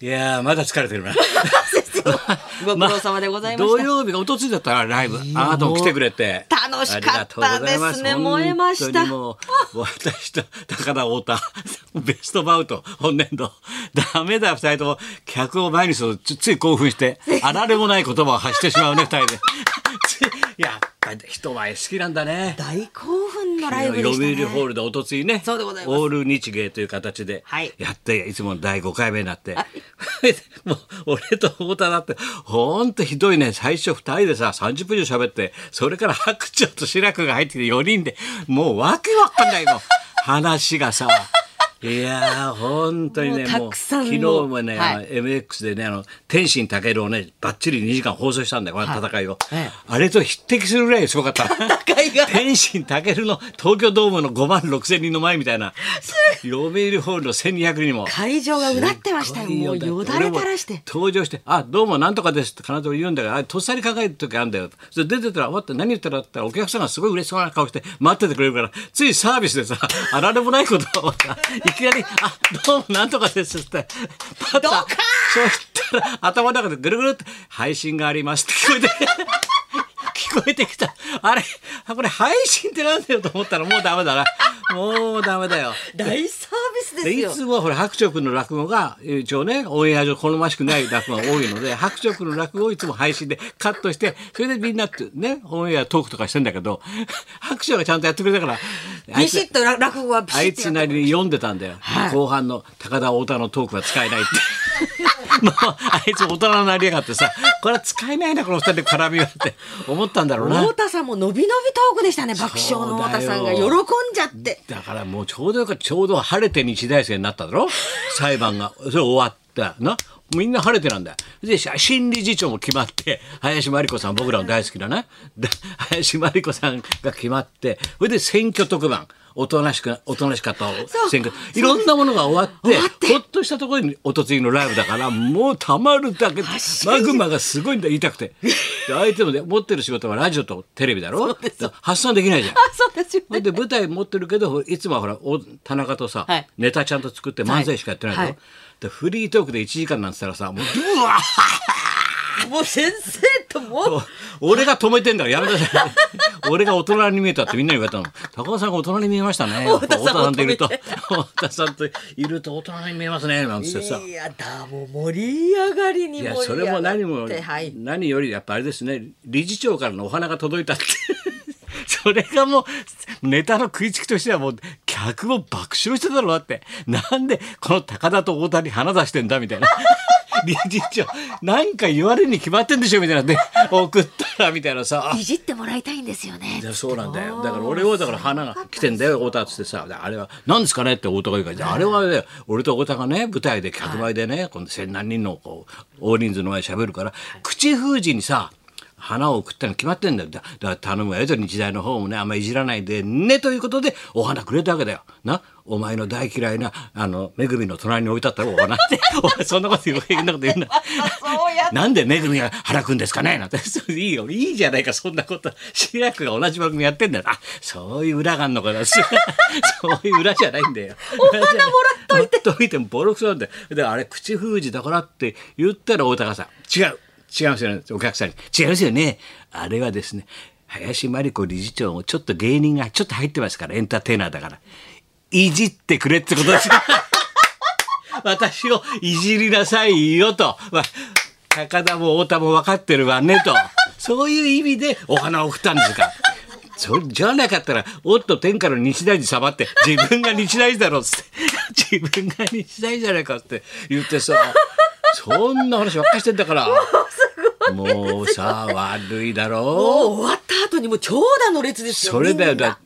いやーまだ疲れてるな ご苦労様でございまし土た。曜日がおとついだったらライブあなたも来てくれて楽しあかったりがとうございまですね燃えました本当にもう私と高田太田ベストバウト本年度ダメだ二人とも客を前にするとつつい興奮してあられもない言葉を発してしまうね二人で ついやっぱり人前好きなんだね大興奮のライブで読したね。売ホールでおとついねそうでございますオール日芸という形ではいやって、い、つもの第5回目になって、 もう俺と太田だってほんとひどいね最初2人でさ30分以上喋ってそれから白鳥と白くが入ってきて4人でもうわけわかんない の話がさ。いやー本当にねもうもたうくさ昨ん日もうもね、はいあの MX でねあの天心武尊をねばっちり2時間放送したんだよこの戦いを、はいええあれと匹敵するぐらいすごかった戦いが天心たけるの東京ドームの5万6千人の前みたいな読売ホールの1200人も会場がうなってましたよ。すごいもうよだれ垂らして。俺も登場して「あどうもなんとかです」って必ず言うんだけどあれとっさに考える時あるんだよそれで出てたら「待って何言ったら?」って言ったらお客さんがすごい嬉しそうな顔して待っててくれるからついサービスでさ あられもないことをさいきなり「あどうもなんとかです」ってパッとどかそうしたら頭の中でぐるぐるって「配信があります」って聞こえて。 聞こえてきた。あれあこれ配信ってなんだよと思ったらもうダメだな。もうダメだよ。大サービスですでいよ。つもほら白鳥君の落語が一応ねオンエア上好ましくない落語が多いので 白鳥君の落語をいつも配信でカットしてそれでみんなってねオンエアトークとかしてんだけど 白鳥がちゃんとやってくれたからあいビつシッとら落語はビシあいッつとなやっりに読んでたんだよ、はい後半の高田太田のトークは使えないって もうあいつ大人になりやがってさこれは使えないなこの二人で絡みはって思ったんだろうな太田さんも伸び伸びトークでしたね。爆笑の太田さんが喜んじゃって。だからもうちょうどよかったちょうど晴れて日大生になっただろ裁判がそれ終わったなみんな晴れてなんだよでし新理事長も決まって林真理子さん僕らの大好きなねで林真理子さんが決まってそれで選挙特番おとなしくおとなしかった選挙いろんなものが終わって終わってほっとしたところにおとついのライブだからもうたまるだけマグマがすごいんだ言いたくてで相手のね持ってる仕事はラジオとテレビだろだから発散できないじゃん。あ、そうですよほんね。で舞台持ってるけどいつもはほらお田中とさ、はいネタちゃんと作って漫才しかやってないの、はいはいでフリートークで1時間なんて言ったらさもううわもう先生ともう俺が止めてんだからやめなさい 俺が大人に見えたってみんなに言われたの高田さんが大人に見えましたね 太田さんやっぱ太といるとを止め太田さんといると大人に見えますねなんつってさいやだもう盛り上がりに盛いやり上がってそれも何も、はい何よりやっぱあれですね理事長からのお花が届いたって それがもうネタの食いつきとしてはもう客も爆笑してたろうなってなんでこの高田と大谷花出してんだみたいな 理事長なんか言われるに決まってんでしょみたいなで送ったらみたいなさいじってもらいたいんですよねいやそうなんだよだから俺はだから花が来てんだよ太田っつってさであれは何ですかねって太田が言うからじゃああれはね俺と太田がね舞台で客前でねこの千何人のこう大人数の前で喋るから口封じにさ花を送ったの決まってんだよだだから頼むわよと日大の方もねあんまいじらないでねということでお花くれたわけだよなお前の大嫌いなあのめぐみの隣に置いてあったらお花ってお前そんな こと言うそんなこと言うなそうやなんでめぐみが腹くんですかねなんて、 そういいよ、いいじゃないか、そんなこと。志らくが同じ番組やってんだよ。あ、そういう裏があんのかな。 そうそういう裏じゃないんだよ。お花もらっといて。もらっといてもボロクソなんだよ。で、あれ、口封じだからって言ったら大高さん、違う。違いますよね。お客さんに。違いますよね。あれはですね、林真理子理事長もちょっと芸人がちょっと入ってますから、エンターテイナーだから。いじってくれってことですよ。私をいじりなさいよと、まあ、高田も太田も分かってるわねとそういう意味でお花を送ったんですかそじゃなかったらおっと天下の日大寺様って自分が日大寺だろっつって自分が日大寺じゃないかって言ってさそんな話ばっかりしてんだからもうさ悪いだろうもう終わった後にもう長蛇の列ですよそれだよみんなだ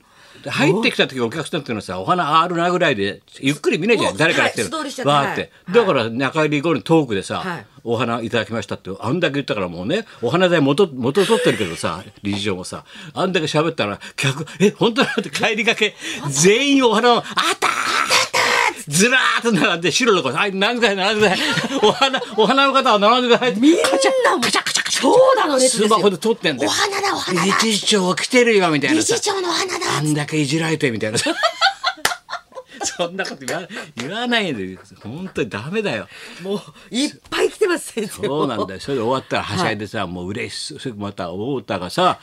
入ってきた時お客さんっていうのはさお花あるなぐらいでゆっくり見ないじゃんもう誰から来てるはい素通りしちゃってわーってはいだから中入り後にトークでさ、はいお花いただきましたってあんだけ言ったからもうねお花代元元取ってるけどさ理事長もさあんだけ喋ったら客「え本当なの?」って帰りがけ全員お花を「あったー!」ずらーっと並んで白の子「はい並んでください並んでください」お花お花の方は並んでくださいってみんなもう長蛇の列ですスよマホで撮ってんだよお花だお花だ理事長来てるよみたいな理さ事長のお花だあんだけいじられてみたいな。そ そんなこと言わ言わないで本当にダメだよもういっぱい来てます先生そうなんだよそれで終わったらはしゃいでさ、もう嬉しそうまた太田がさ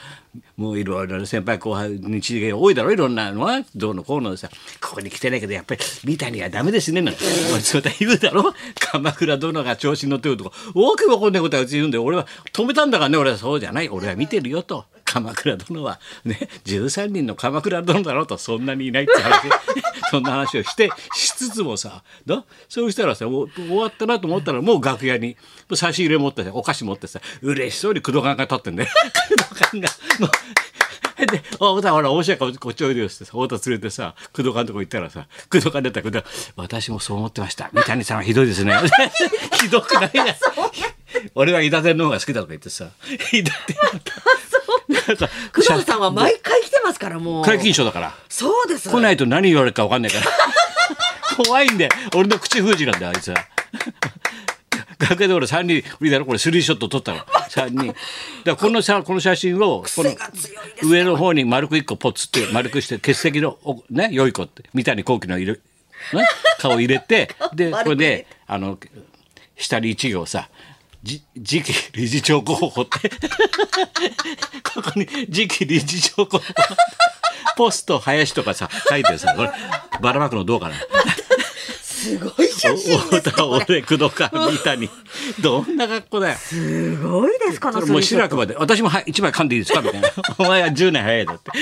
もういろいろな先輩後輩日芸多いだろいろんなのはどうのこうのでさここに来てないけどやっぱり三谷はダメですねなんてこいつまた言うだろ鎌倉殿が調子に乗ってるとか大きくわかんないことはうち言うんで俺は止めたんだからね俺はそうじゃない俺は見てるよと。鎌倉殿はね13人の鎌倉殿だろうとそんなにいないって話 そんな話をしてしつつもさだそうしたらさもう終わったなと思ったらもう楽屋に差し入れ持ってさお菓子持ってさ嬉しそうに工藤官が立ってんだよ 工藤官がもうで、あ、太田ほら、面白いからこっちおいでよっつってさ、太田連れてさ、工藤監督行ったらさ、工藤監督だったら、私もそう思ってました。三谷さんはひどいですね。 ひどくないな。俺は伊達天の方が好きだとか言ってさ、 伊達天の工藤さんは毎回来てますからもう皆勤賞だから。そうです来ないと何言われるか分かんないから 怖いんだよ俺の口封じなんだよあいつは楽屋で俺3人いいだろこれスリーショット撮った の3人だからこのさこの写真をこの癖が強いですね上の方に丸く1個ポツって丸くして欠席のおね良い子って三谷幸喜のいる、ね、顔入れ てでこれ丸く入れであの下に1行さじ次期理事長候補って ここに次期理事長候補ポスト林とかさ書いてさこればらまくのどうかなすごい写真で太すね田これ俺工藤か三谷どんな格好だよすごいですこのそれスもうリーシ志ョッらトくまで私もは一枚噛んでいいですかみたい なお前は10年早いだって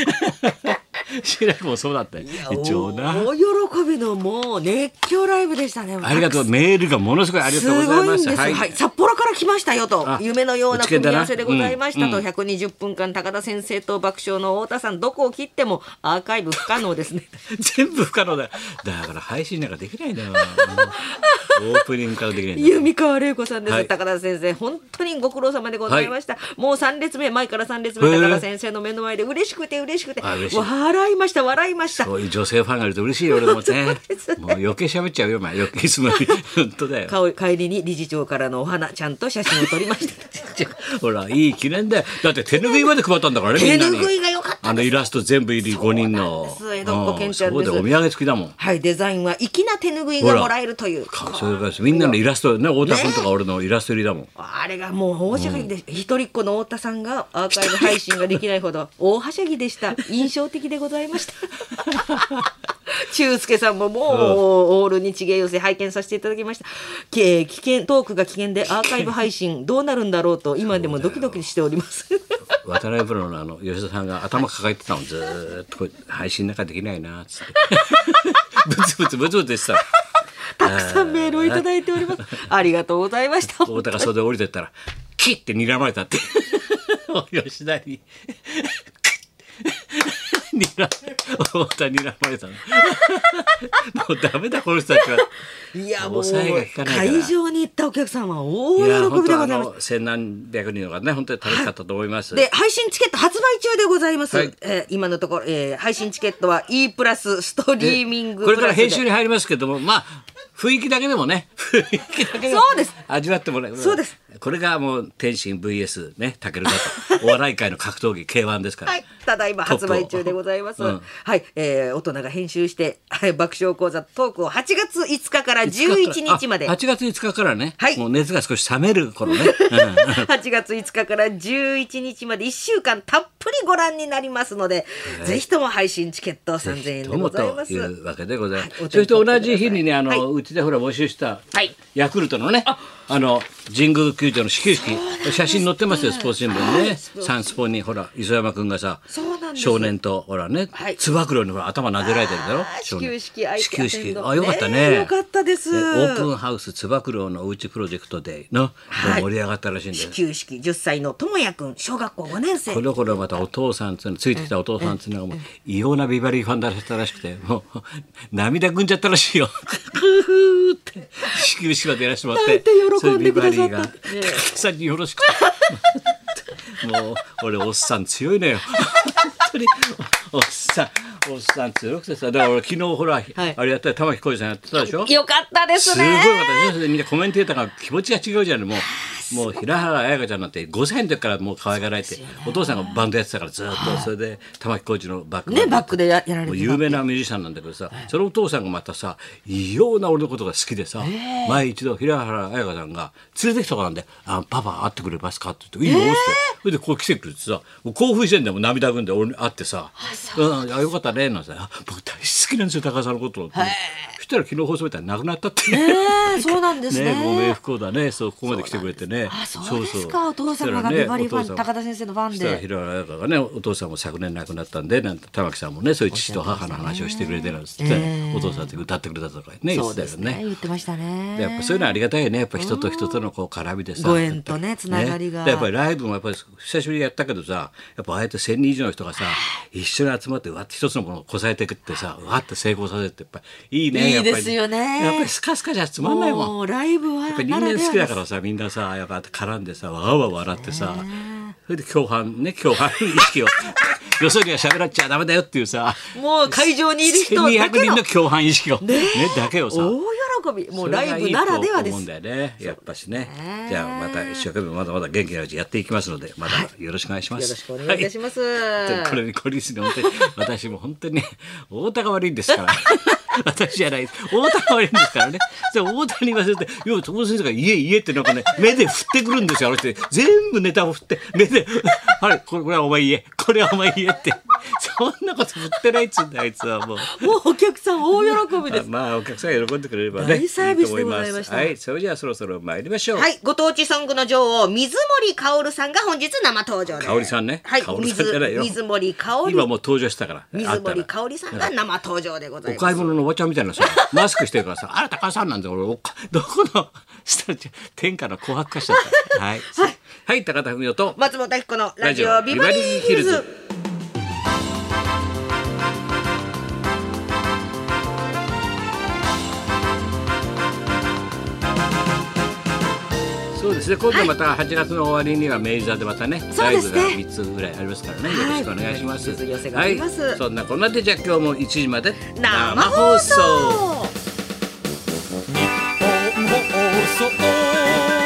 志らくもそうだったよ一応な大喜びのもう熱狂ライブでしたねありがとうメールがものすごいありがすとうごございいまんですすよ、はい札幌から来ましたよとあ夢のような組み合わせでございましたと、う120分間高田先生と爆笑の太田さんどこを切ってもアーカイブ不可能ですね全部不可能だよだから配信なんかできない んだよもうオープニングからできないんだよ由美川玲子さんです、はい高田先生本当にご苦労様でございました、もう3列目前から3列へ目え高田先生の目の前で嬉しくて嬉しくてあ嬉しい笑いました笑いましたそういう女性ファンがいると嬉しいよ俺も ねですねもう余計喋っちゃうよお前余計すまない 本当だよ顔帰りに理事長からのお花ちゃんと写真を撮りましたほらいい記念だよだって手ぬぐいまで配ったんだからね み手んなに拭いが良かったあのイラスト全部入り5人のそうなんです江戸っ子健ちゃんうですそうだよお土産付きだもんはいデザインは粋な手拭いがもらえるというかそれからみんなのイラストね太田君とか俺のイラスト入りだもん、あれがもう大はしゃぎで、一人っ子の太田さんがアーカイブ配信ができないほど大はしゃぎでした。印象的でござ いました。中介さんももう、オール日芸寄せ拝見させていただきました。け危険トークが危険でアーカイブ配信どうなるんだろうと今でもドキドキしております。渡辺プロのあの吉田さんが頭抱えてたのずーっとこれ配信なんかできないなっつってブツブツブツブツ言ってたのたくさんメールをいただいております。ありがとうございました。太田が袖を降りてったらキッて睨まれたって吉田にキッ 睨まれ太田睨まれたのもうダメだこの人たちは。いやもう抑えが効かないから会場に行ったお客さんは大いや喜本びで当あございましたの。千何百人の方ね本当に楽しかったと思います。で、配信チケット発売中でございます。はいえー今のところ、えー配信チケットは E プラス、ストリーミングこプれからラスで。編集に入りますけどもまあ雰囲気だけでもね雰囲気だけでもそうです味わってもらえそうですこれがもう天心 VS ねたけるだとお笑い界の格闘技 K1 ですから、はい、ただいま発売中でございます。トップをうんはい、えー大人が編集して、はい爆笑講座トークを8月5日から11日まで。あ8月5日からね、はいもう熱が少し冷める 頃ね、うん8月5日から11日まで1週間たっぷりご覧になりますので、ぜひとも配信チケット3000円でございまといす。うわけでございまはす。いお手そしてに取同じ日にね、あはいの、うちでほら募集したはい。ヤクルトのね、あの、神宮球場の始球式、写真載ってますよ、スポーツ新聞にね。サンスポにほら、磯山くんがさそうなん、です少年と、ほらねはい、つば九郎にほら頭撫でられてるだろあー、少始年球式相手始球式アテン。ドあ、よかったねね。えよかったですねオープンハウスつば九郎のおうちプロジェクトでの、はい盛り上がったらしいんです始。球式10歳のともやくん、小学校5年生こ。の頃またお父さんっていうのついてきたお父さんっていうのがもう異様なビバリーファンだったらしくてもう涙ぐんじゃったらしいよ。ふふーって始球式までやらせてもらって。なんて喜んでくださそれでビバリーったがたくさんによろしく。もう俺おっさん強いのよ。本当におっさんおっさん強くてさだから俺昨日ほら、いあれやったら玉置浩二さんやってたでしょ。よかったですすごいね。私みんなコメンテーターが気持ちが違うじゃんもうもう平原綾香ちゃんなんて5歳の時からもう可愛がられて、お父さんがバンドやってたからずっとそれで玉置浩二のバックねバックでややらもれてたう有名なミュージシャンなんだけどさ、そのお父さんがまたさ異様な俺のことが好きでさ、前一度平原綾香さんが連れてきたからなんで「あパパ会ってくれますか?」って言って「いいよ」って、それでこう来てくれてさもう興奮してんだよもう涙ぐんで俺に会ってさ「うん、あよかったね」なんてさあ「僕大好きなんですよ高橋さんのこと」ってそしたら昨日放送見たらなくなったって。ええそうなんですね。ね、ご冥不幸だね、そうここまで来てくれてね。あそうですかお父様がそしたらねビバリーファンお父様高田先生のファンでそしたら平原綾香がね、お父さんも昨年亡くなったんで、なんて玉木さんもね、そういう父と母の話をしてくれてなんつって、お父さんって歌ってくれたとかね、言そっうてたでよすねね。言ってましたね。でやっぱそういうのはありがたいよね、やっぱ人と人とのこう絡みでさ。ご縁とねつながりがねでやっぱりライブもやっぱり久しぶりにやったけどさ、やっぱああやって千人以上の人がさ、一緒に集まってわって一つのものをこさえてくってさ、わって成功させるってやっぱいいね。やっぱりいいですよねやっぱりスカスカじゃつまんないもん。もうライブはやっぱり人なら間で好はきだでかす。らさみんなさやっぱ絡んでさわーわー笑ってさそれで共犯ね共犯意識をよそには喋らっちゃダメだよっていうさもう会場にいる人だ1200け人のの共犯意識をねだけをさ大喜び。もうライブならではでそす。れがいいと思うんだよねやっぱしねじゃあまた一生懸命まだまだ元気なうちやっていきますのでまたよろしくお願いします、よろしくお願いいたします。本当にこれに懲りずに本当 に私も本当にね太田が悪いんですから 私じゃないです太田が悪いんですからねで太田に言わせて「よう友達がいえいえ」ってなんかね目で振ってくるんですよあの人全部ネタを振って目で 「あれこれこれはお前言えこれはお前言え」ってそんなこと振ってないっつうんだあいつはもう。もうお客さん大喜びです。まあお客さんが喜んでくれればね大サービスでございましたと思すはいそれじゃあそろそろ参りましょう、はい、ご当地ソングの女王、水森かおるさんが本日生登場です。香織さんねはい香、織さんじゃない水よ水森かおり今。もう登場したから水森香かおりさんが生登場でござおいま買いす。物のおばちゃんみた いなさ、マスクしてるからさ、あら、高橋さんなんだよ、俺、おっか どこの、したら、天下の紅白化しちゃった。 はい。はい、高田文夫と、松本明子のラジオビバリーヒルズ。。そうですね、今度また8月の終わりには明治座でまたね、そラうイでブすがね3つぐらいありますからね、よろしくお願いします。はい寄せがありますはいそんなこんなで、じゃあ今日も1時まで生放送。日本放送